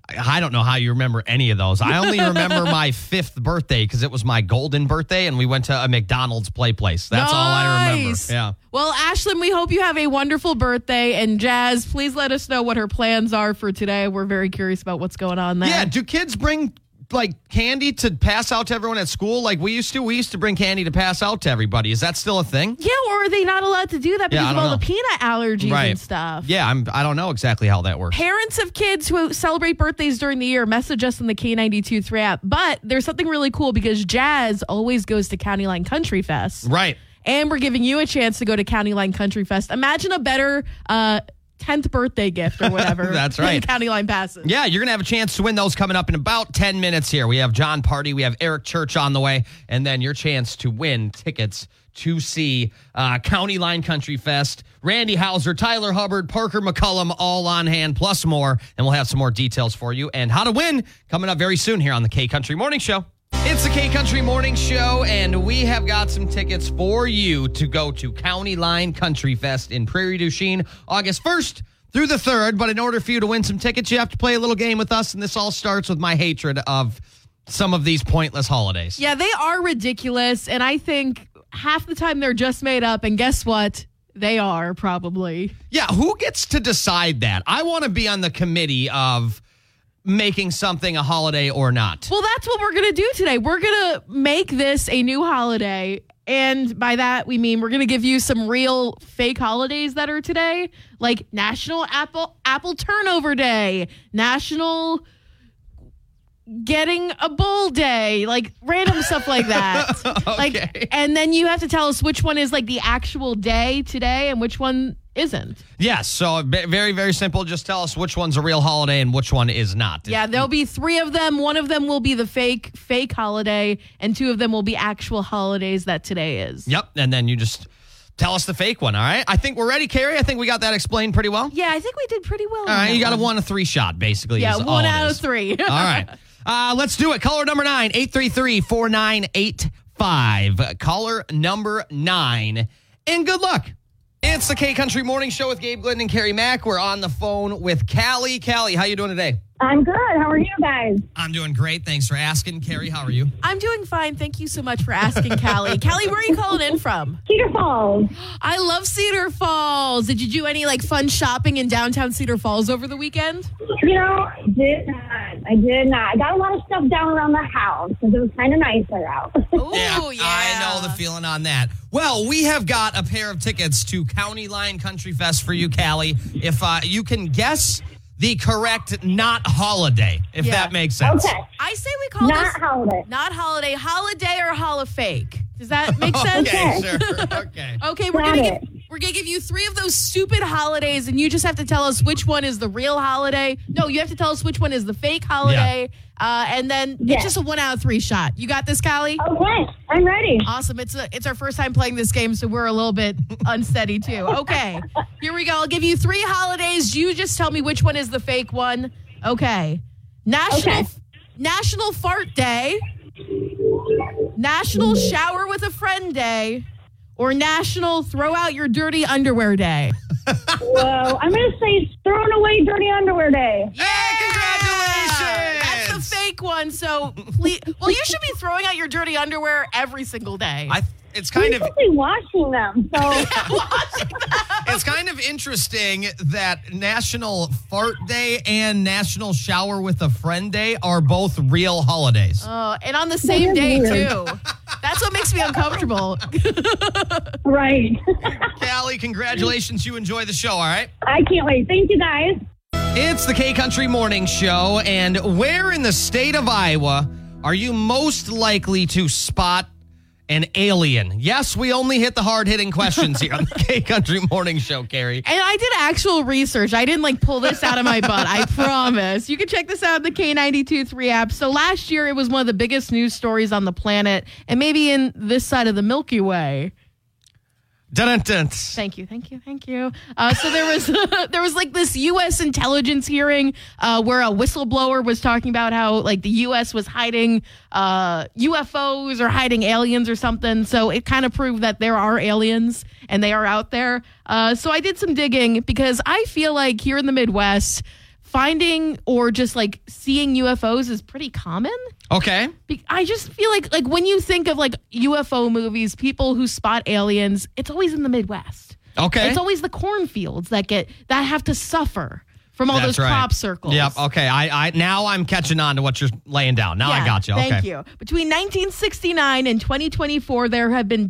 I I don't know how you remember any of those. I only (laughs) remember my fifth birthday because it was my golden birthday, and we went to a McDonald's play place. That's all I remember. Nice. Yeah. Well, Ashlyn, we hope you have a wonderful birthday. And Jazz, please let us know what her plans are for today. We're very curious about what's going on there. Yeah. Do kids bring like candy to pass out to everyone at school like we used to? We used to bring candy to pass out to everybody. Is that still a thing? Yeah, or are they not allowed to do that because I of don't all the know. peanut allergies and stuff? Yeah. I'm. I don't know exactly how that works. Parents of kids who celebrate birthdays during the year message us in the K92 3 app. But there's something really cool because Jazz always goes to County Line Country Fest. Right. and we're giving you a chance to go to County Line Country Fest. Imagine a better uh, 10th birthday gift or whatever. (laughs) That's than right. County Line passes. Yeah, you're going to have a chance to win those coming up in about 10 minutes here. We have John Party, we have Eric Church on the way, and then your chance to win tickets to see uh, County Line Country Fest. Randy Hauser, Tyler Hubbard, Parker McCullum, all on hand, plus more. And we'll have some more details for you and how to win coming up very soon here on the K Country Morning Show. It's the K Country Morning Show, and we have got some tickets for you to go to County Line Country Fest in Prairie du Chien August 1st through the third. But in order for you to win some tickets, you have to play a little game with us. And this all starts with my hatred of some of these pointless holidays. Yeah, they are ridiculous. And I think half the time they're just made up. And guess what? They are probably. Yeah, who gets to decide that? I want to be on the committee of making something a holiday or not. Well, that's what we're going to do today. We're going to make this a new holiday. And by that, we mean we're going to give you some real fake holidays that are today, like National Apple Apple Turnover Day, National Getting a Bowl Day, like random stuff like that. Okay. Like and then you have to tell us which one is like the actual day today and which one isn't. Yes, so b- very, very simple. Just tell us which one's a real holiday and which one is not. Yeah, there'll be three of them. One of them will be the fake fake holiday, and two of them will be actual holidays that today is. Yep, and then you just tell us the fake one, all right? I think we're ready, Carrie. I think we got that explained pretty well. Yeah, I think we did pretty well. All right, you got a one, a three shot, basically. Yeah, is all one it out is. of three. All right. Uh, let's do it. Caller number nine, 833 4985. Caller number nine. And good luck. It's the K Country Morning Show with Gabe Glidden and Carrie Mack. We're on the phone with Callie. Callie, how you doing today? I'm good. How are you guys? I'm doing great. Thanks for asking. Carrie, how are you? (laughs) I'm doing fine. Thank you so much for (laughs) asking, Callie. Callie, where are you calling in from? Cedar Falls. I love Cedar Falls. Did you do any like fun shopping in downtown Cedar Falls over the weekend? You know, I did not. I did not. I got a lot of stuff down around the house because it was kind of nicer out. Oh, Ooh, I know the feeling on that. Well, we have got a pair of tickets to County Line Country Fest for you, Callie. If uh, you can guess the correct not holiday, if Yeah. that makes sense. okay. I say we call Not this holiday. not holiday, holiday or holla fake. Does that make (laughs) (laughs) sense? Okay, sure. Okay. (laughs) Okay, we're Got gonna it. give we're gonna give you three of those stupid holidays, and you just have to tell us which one is the real holiday. No, you have to tell us which one is the fake holiday, uh, and then Yeah. it's just a one out of three shot. You got this, Callie? Okay. I'm ready. Awesome! It's a, it's our first time playing this game, so we're a (laughs) little bit unsteady too. Okay, here we go. I'll give you three holidays. You just tell me which one is the fake one. Okay, National Okay. National Fart Day, National Mm-hmm. Shower with a Friend Day, or National Throw Out Your Dirty Underwear Day. Whoa. I'm going to say it's throwing away dirty underwear day. Yeah, That's congratulations. the fake one. So please, well, you should be throwing out your dirty underwear every single day. I, it's kind I'm of probably washing them. (laughs) So it's kind of interesting that National Fart Day and National Shower with a Friend Day are both real holidays. Oh, and on the same is day weird. too. That's what makes me uncomfortable. right. (laughs) Callie, congratulations. You enjoy the show, all right? I can't wait. Thank you guys. It's the K Country Morning Show, and where in the state of Iowa are you most likely to spot an alien? Yes, we only hit the hard hitting questions here on the (laughs) K Country Morning Show, Carrie. And I did actual research. I didn't like pull this out of my butt. I promise. You can check this out on the K92 3 app. So last year, it was one of the biggest news stories on the planet and maybe in this side of the Milky Way. Dun dun Thank you, thank you, thank you. Uh, so there was (laughs) there was like this U.S. intelligence hearing uh, where a whistleblower was talking about how like the U.S. was hiding uh, UFOs or hiding aliens or something. So it kind of proved that there are aliens and they are out there. Uh, so I did some digging because I feel like here in the Midwest, finding or just like seeing UFOs is pretty common. Okay. Be- I just feel like like when you think of like UFO movies, people who spot aliens, it's always in the Midwest. Okay. It's always the cornfields that get that have to suffer from all those crop circles. Yep. Okay. I, I now I'm catching on to what you're laying down. Now I Yeah, got you. Okay. Thank you. Between 1969 and 2024, there have been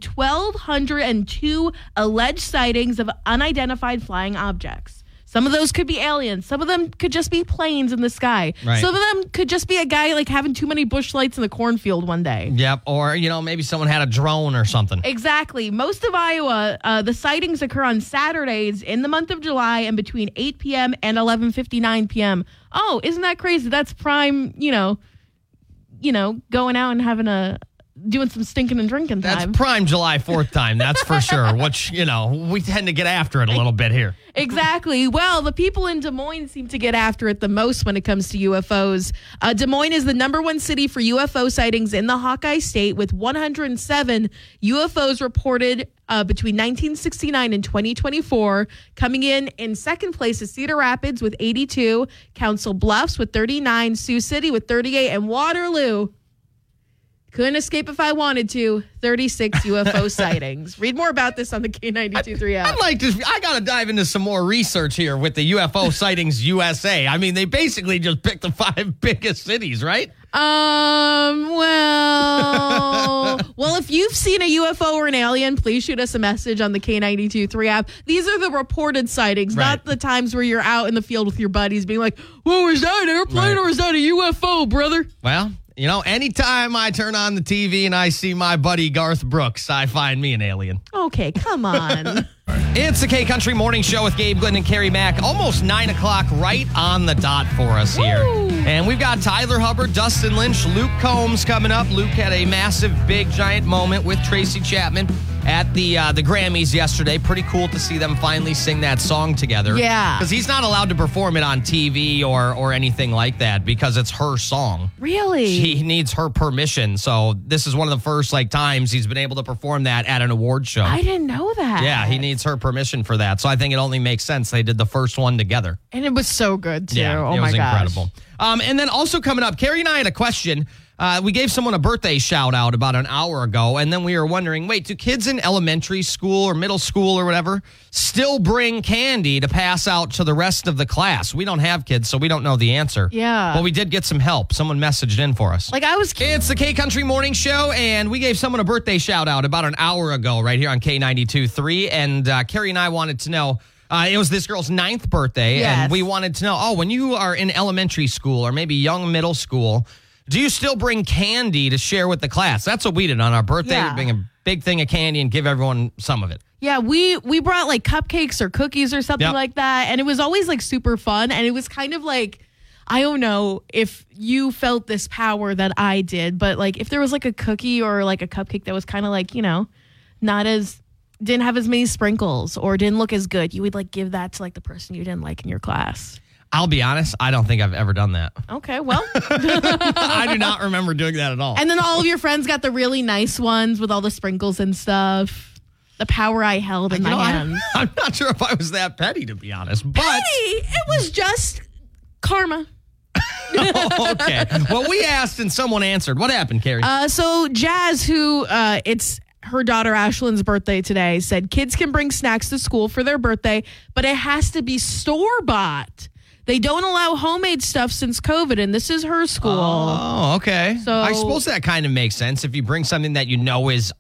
1,202 alleged sightings of unidentified flying objects. Some of those could be aliens. Some of them could just be planes in the sky. Right. Some of them could just be a guy like having too many bush lights in the cornfield one day. Yep. Or you know maybe someone had a drone or something. Exactly. Most of Iowa, uh, the sightings occur on Saturdays in the month of July and between 8 p.m. and 11:59 p.m. Oh, isn't that crazy? That's prime. You know, you know, going out and having a doing some stinking and drinking That's time. prime July Fourth time. That's for sure. Which you know we tend to get after it a (laughs) little bit here. exactly. Well, the people in Des Moines seem to get after it the most when it comes to UFOs. Uh, Des Moines is the number one city for UFO sightings in the Hawkeye State, with 107 UFOs reported uh, between 1969 and 2024. Coming in in second place is Cedar Rapids with 82, Council Bluffs with 39, Sioux City with 38, and Waterloo. Couldn't escape if I wanted to. 36 UFO sightings. Read more about this on the K92 app. I'd like to. I gotta dive into some more research here with the UFO sightings USA. I mean, they basically just picked the five (laughs) biggest cities, right? Um, (laughs) well, well, if you've seen a UFO or an alien, please shoot us a message on the K92 3 app. These are the reported sightings, Right. not the times where you're out in the field with your buddies being like, whoa, was that an airplane Right. or was that a UFO, brother? Well, you know, anytime I turn on the TV and I see my buddy Garth Brooks, I find me an alien. Okay, (laughs) come on. It's the K Country Morning Show with Gabe Glenn and Carrie Mack. Almost nine o'clock, right on the dot for us here. Woo! And we've got Tyler Hubbard, Dustin Lynch, Luke Combs coming up. Luke had a massive, big, giant moment with Tracy Chapman at the uh, the Grammys yesterday. Pretty cool to see them finally sing that song together. Yeah. because he's not allowed to perform it on TV or or anything like that because it's her song really? he needs her permission. So this is one of the first like times he's been able to perform that at an award show. I didn't know that. yeah, he needs her permission for that. So I think it only makes sense they did the first one together. And it was so good, too. Yeah, oh, it my was gosh. incredible. Um, and then also coming up, Carrie and I had a question. Uh, we gave someone a birthday shout out about an hour ago, and then we were wondering, wait, do kids in elementary school or middle school or whatever still bring candy to pass out to the rest of the class? We don't have kids, so we don't know the answer. Yeah. but we did get some help. Someone messaged in for us. Like, I was It's the K Country Morning Show, and we gave someone a birthday shout out about an hour ago, right here on K92 3. And uh, Carrie and I wanted to know uh, it was this girl's ninth birthday, Yes. and we wanted to know oh, when you are in elementary school or maybe young middle school, do you still bring candy to share with the class? That's what we did on our birthday. Yeah. We bring a big thing of candy and give everyone some of it. Yeah, we we brought like cupcakes or cookies or something Yep. like that, and it was always like super fun. And it was kind of like I don't know if you felt this power that I did, but like if there was like a cookie or like a cupcake that was kind of like you know not as didn't have as many sprinkles or didn't look as good, you would like give that to like the person you didn't like in your class. I'll be honest, I don't think I've ever done that. Okay, well. (laughs) I do not remember doing that at all. (laughs) and then all of your friends got the really nice ones with all the sprinkles and stuff. The power I held in You know, my I, hands. (laughs) I'm not sure if I was that petty, to be honest. But Hey, it was just karma. okay. Well, we asked and someone answered. What happened, Carrie? Uh, so Jazz, who uh, it's her daughter Ashlyn's birthday today, said kids can bring snacks to school for their birthday, but it has to be store bought. They don't allow homemade stuff since COVID, and this is her school. oh, okay. so- I suppose that kind of makes sense if you bring something that you know is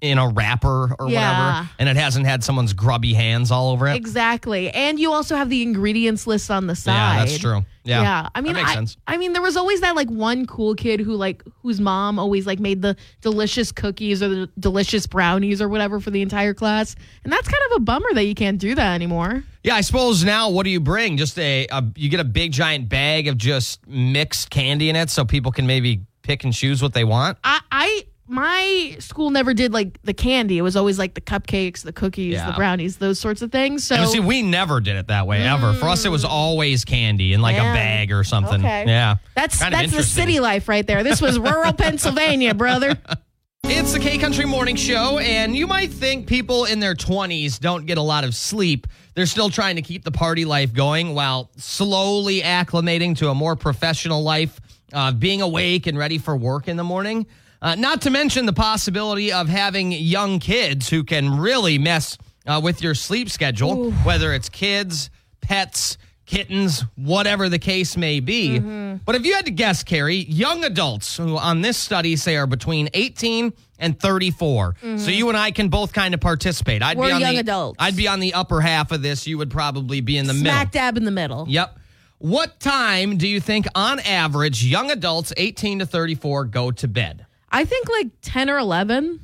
in a wrapper or Yeah. whatever, and it hasn't had someone's grubby hands all over it. Exactly, and you also have the ingredients list on the side. Yeah, that's true. Yeah, I mean, that makes I, sense. I mean, there was always that like one cool kid who like whose mom always like made the delicious cookies or the delicious brownies or whatever for the entire class, and that's kind of a bummer that you can't do that anymore. Yeah, I suppose now what do you bring? Just a, a you get a big giant bag of just mixed candy in it, so people can maybe pick and choose what they want. I, I my school never did like the candy. It was always like the cupcakes, the cookies, Yeah. the brownies, those sorts of things. So And see, we never did it that way ever. For us, it was always candy in like Mm. Yeah. a bag or something. Okay. Yeah. that's Kind of that's the interesting. city life right there. (laughs) This was rural Pennsylvania, brother. It's the K Country Morning Show, and you might think people in their 20s don't get a lot of sleep. They're still trying to keep the party life going while slowly acclimating to a more professional life, uh, being awake and ready for work in the morning. Uh, not to mention the possibility of having young kids who can really mess uh, with your sleep schedule, whether it's kids, pets, kittens, whatever the case may be. Mm-hmm. But if you had to guess, Carrie, young adults who on this study say are between 18 and 34. So you and I can both kind of participate. I'd Mm-hmm. We're be on young the, adults. I'd be on the upper half of this. You would probably be in the middle. Smack dab in the middle. Yep. What time do you think, on average, young adults 18 to 34 go to bed? I think like ten or eleven.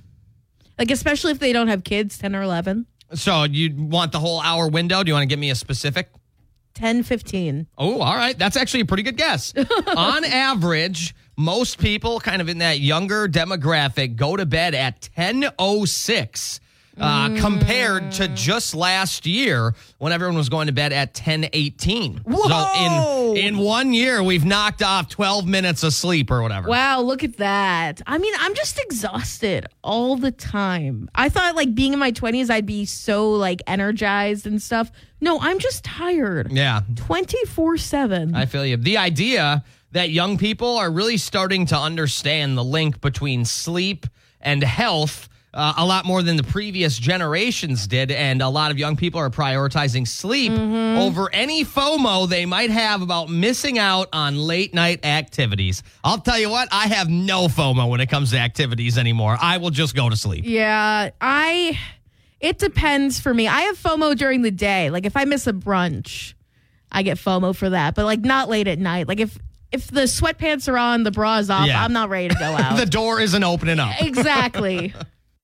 Like especially if they don't have kids, ten or 11. So you want the whole hour window? Do you want to give me a specific? 10, 15. Oh, all right. That's actually a pretty good guess. On average, most people kind of in that younger demographic go to bed at 1006 uh, compared to just last year when everyone was going to bed at 1018. Whoa! So in in one year we've knocked off 12 minutes of sleep or whatever. Wow, look at that. I mean, I'm just exhausted all the time. I thought like being in my 20s I'd be so like energized and stuff. No, I'm just tired. Yeah. 24/7. I feel you. The idea that young people are really starting to understand the link between sleep and health uh, a lot more than the previous generations did. And a lot of young people are prioritizing sleep over any FOMO they might have about missing out on late night activities. I'll tell you what, I have no FOMO when it comes to activities anymore. I will just go to sleep. Yeah, I. It depends for me. I have FOMO during the day. Like if I miss a brunch, I get FOMO for that. But like not late at night. Like if if the sweatpants are on, the bra's off, Yeah. I'm not ready to (laughs) go The out. door isn't opening up. (laughs) exactly.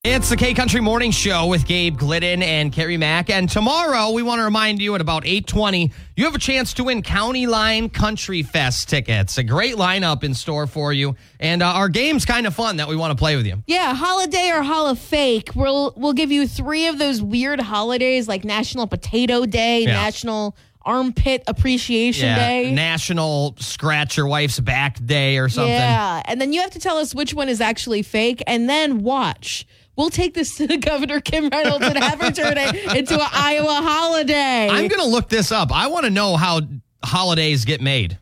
It's the K Country Morning Show with Gabe Glidden and Carrie Mack. And tomorrow, we want to remind you at about 820, you have a chance to win County Line Country Fest tickets. A great lineup in store for you. And uh, our game's kind of fun that we want to play with you. Yeah, holiday or holla fake. We'll we'll give you three of those weird holidays like National Potato Day, Yeah. National Armpit Appreciation Day. National Scratch Your Wife's Back Day or something. Yeah, and then you have to tell us which one is actually fake, and then watch. We'll take this to (laughs) Governor Kim Reynolds and have her turn it into an Iowa holiday. I'm going to look this up. I want to know how holidays get made.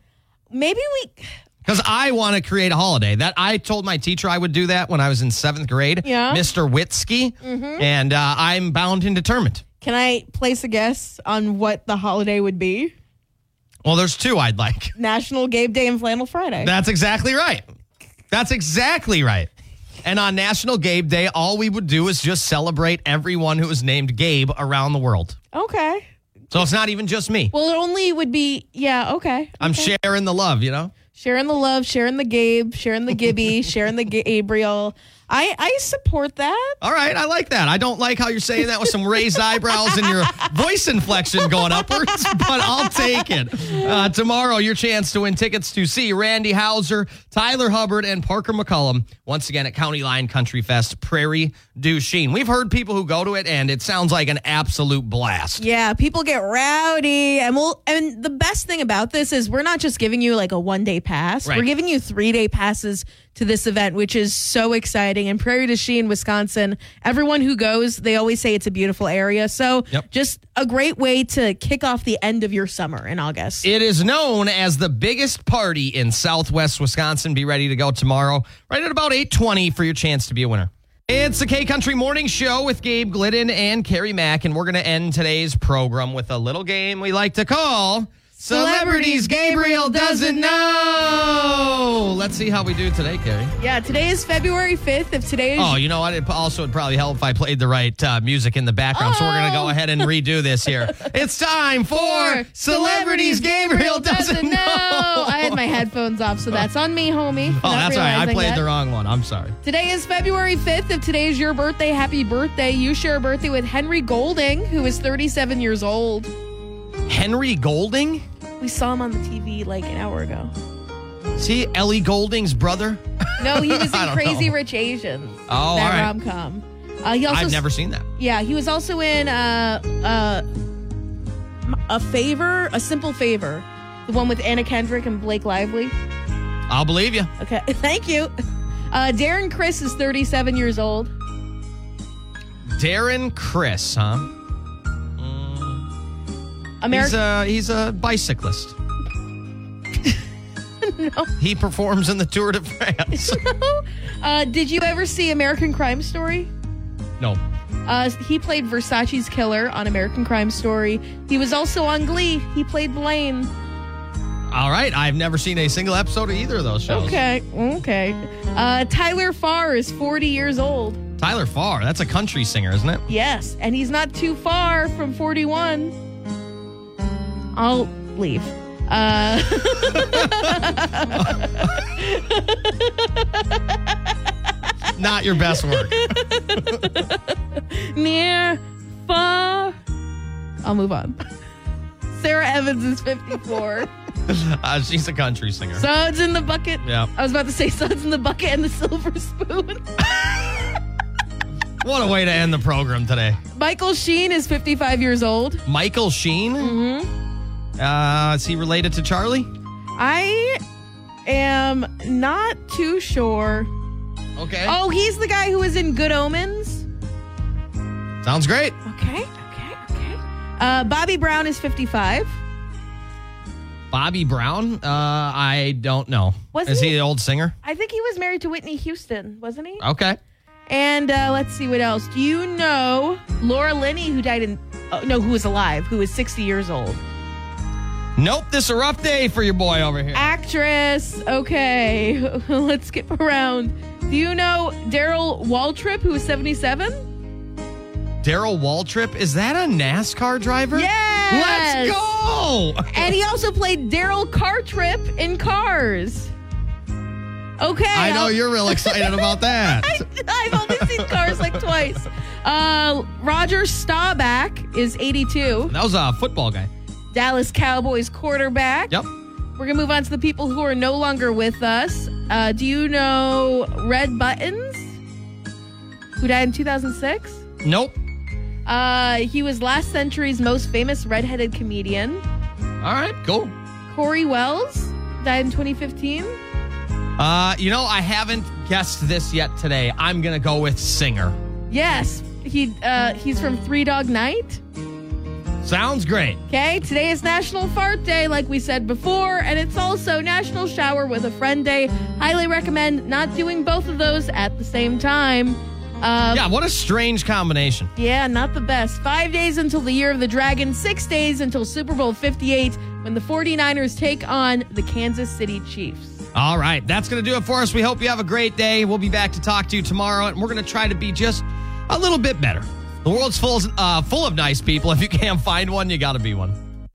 Maybe we. Because I want to create a holiday. That I told my teacher I would do that when I was in seventh grade, Yeah. Mm-hmm. Mr. Witsky, and uh, I'm bound and determined. Can I place a guess on what the holiday would be? Well, there's two I'd like. (laughs) National Gabe Day and Flannel Friday. That's exactly right. That's exactly right. And on National Gabe Day, all we would do is just celebrate everyone who was named Gabe around the world. okay. So it's not even just me. Well, it only would be. Yeah. Okay. I'm sharing the love, you know? Sharing the love, sharing the Gabe, sharing the Gibby, (laughs) sharing the Gabriel. I I support that. All right, I like that. I don't like how you're saying that with some raised eyebrows and your voice inflection going upwards, (laughs) but I'll take it. Uh, tomorrow, your chance to win tickets to see Randy Hauser, Tyler Hubbard, and Parker McCullum once again at County Line Country Fest, Prairie du Chien. We've heard people who go to it, and it sounds like an absolute blast. Yeah, people get rowdy, and we'll. And the best thing about this is we're not just giving you like a one day pass. Right. We're giving you three day passes to this event, which is so exciting. And Prairie du Chien, Wisconsin, everyone who goes, they always say it's a beautiful area. So Yep. just a great way to kick off the end of your summer in August. It is known as the biggest party in Southwest Wisconsin. Be ready to go tomorrow, right at about 8:20 for your chance to be a winner. It's the K Country Morning Show with Gabe Glidden and Carrie Mack, and we're going to end today's program with a little game we like to call Celebrities Gabriel Doesn't Know. Let's see how we do today, Carrie. yeah, today is February fifth. If today is (laughs) Oh, you know what? It also would probably help if I played the right uh, music in the background. So we're going to go Oh. ahead and redo this (laughs) here. It's time for Celebrities Gabriel Doesn't Know. Uh, I had my headphones off, so that's on me, homie. for Oh, not that's all right. I realizing played that. the wrong one. I'm sorry. Today is February 5th. If today is your birthday, happy birthday. You share a birthday with Henry Golding, who is 37 years old. Henry Golding? We saw him on the TV like an hour ago. See, Ellie Golding's brother? (laughs) No, he was I in don't Crazy know. Rich Asians. Oh, all that right. rom com. Uh, he also I've never seen that. Yeah, he was also in uh, uh, a favor, a simple favor, the one with Anna Kendrick and Blake Lively. I'll believe you. Okay, (laughs) thank you. Uh, Darren Chris is 37 years old. Darren Chris, huh? Mm, he's American. a he's a (laughs) bicyclist. He performs in the Tour de France. (laughs) uh, did you ever see American Crime Story? no. Uh, he played Versace's killer on American Crime Story. He was also on Glee. He played Blaine. All right. I've never seen a single episode of either of those shows. Okay, okay. Uh, Tyler Farr is 40 years old. Tyler Farr, that's a country singer, isn't (laughs) it? Yes, and he's not too far from 41. I'll leave. Uh, (laughs) Not your best (laughs) work. near, far. I'll move on. (laughs) Sarah Evans is 54. Uh, she's a country singer. Suds in the bucket. (laughs) yeah. I was about to say suds in the bucket and the silver spoon. (laughs) What a way to end the program today. Michael Sheen is 55 years old. Michael Sheen? Mm-hmm. Uh, is he related to Charlie? I am not too sure. Okay. Oh, he's the guy who was in Good Omens. Sounds great. Okay, okay, okay. Uh, Bobby Brown is 55. Bobby Brown? Uh, I don't know. Was is he, he- the old singer? I think he was married to Whitney Houston, wasn't he? Okay. Uh, And uh, let's see what else. Do you know Laura Linney, who died in, oh, no, who was alive, who was 60 years old? Nope, this a rough day for your boy over here. Actress. Okay, (laughs) let's skip around. Do you know Daryl Waltrip, who was 77? Daryl Waltrip, is that a NASCAR driver? Yes! Let's go! And he also played Daryl Cartrip in Cars. Okay. I know I'll- you're real excited about that. (laughs) I've only seen Cars like twice. Uh, Roger Staubach is 82. That was a football guy. Dallas Cowboys quarterback. Yep. We're gonna move on to the people who are no longer with us. Uh, do you know Red Buttons, who died in 2006? Nope. Uh, he was last century's most famous redheaded comedian. All right, cool. Corey Wells died in 2015. Uh, you know, I haven't guessed this yet today. I'm going to go with singer. Yes, he uh, he's from Three Dog Night. Sounds great. Okay, today is National Fart Day, like we said before, and it's also National Shower with a Friend Day. Highly recommend not doing both of those at the same time. Uh, Yeah, what a strange combination. Yeah, not the best. Five days until the year of the dragon, six days until Super Bowl 58 when the 49ers take on the Kansas City Chiefs. All right, that's going to do it for us. We hope you have a great day. We'll be back to talk to you tomorrow, and we're going to try to be just a little bit better. The world's full, uh, full of nice people. If you can't find one, you got to be one.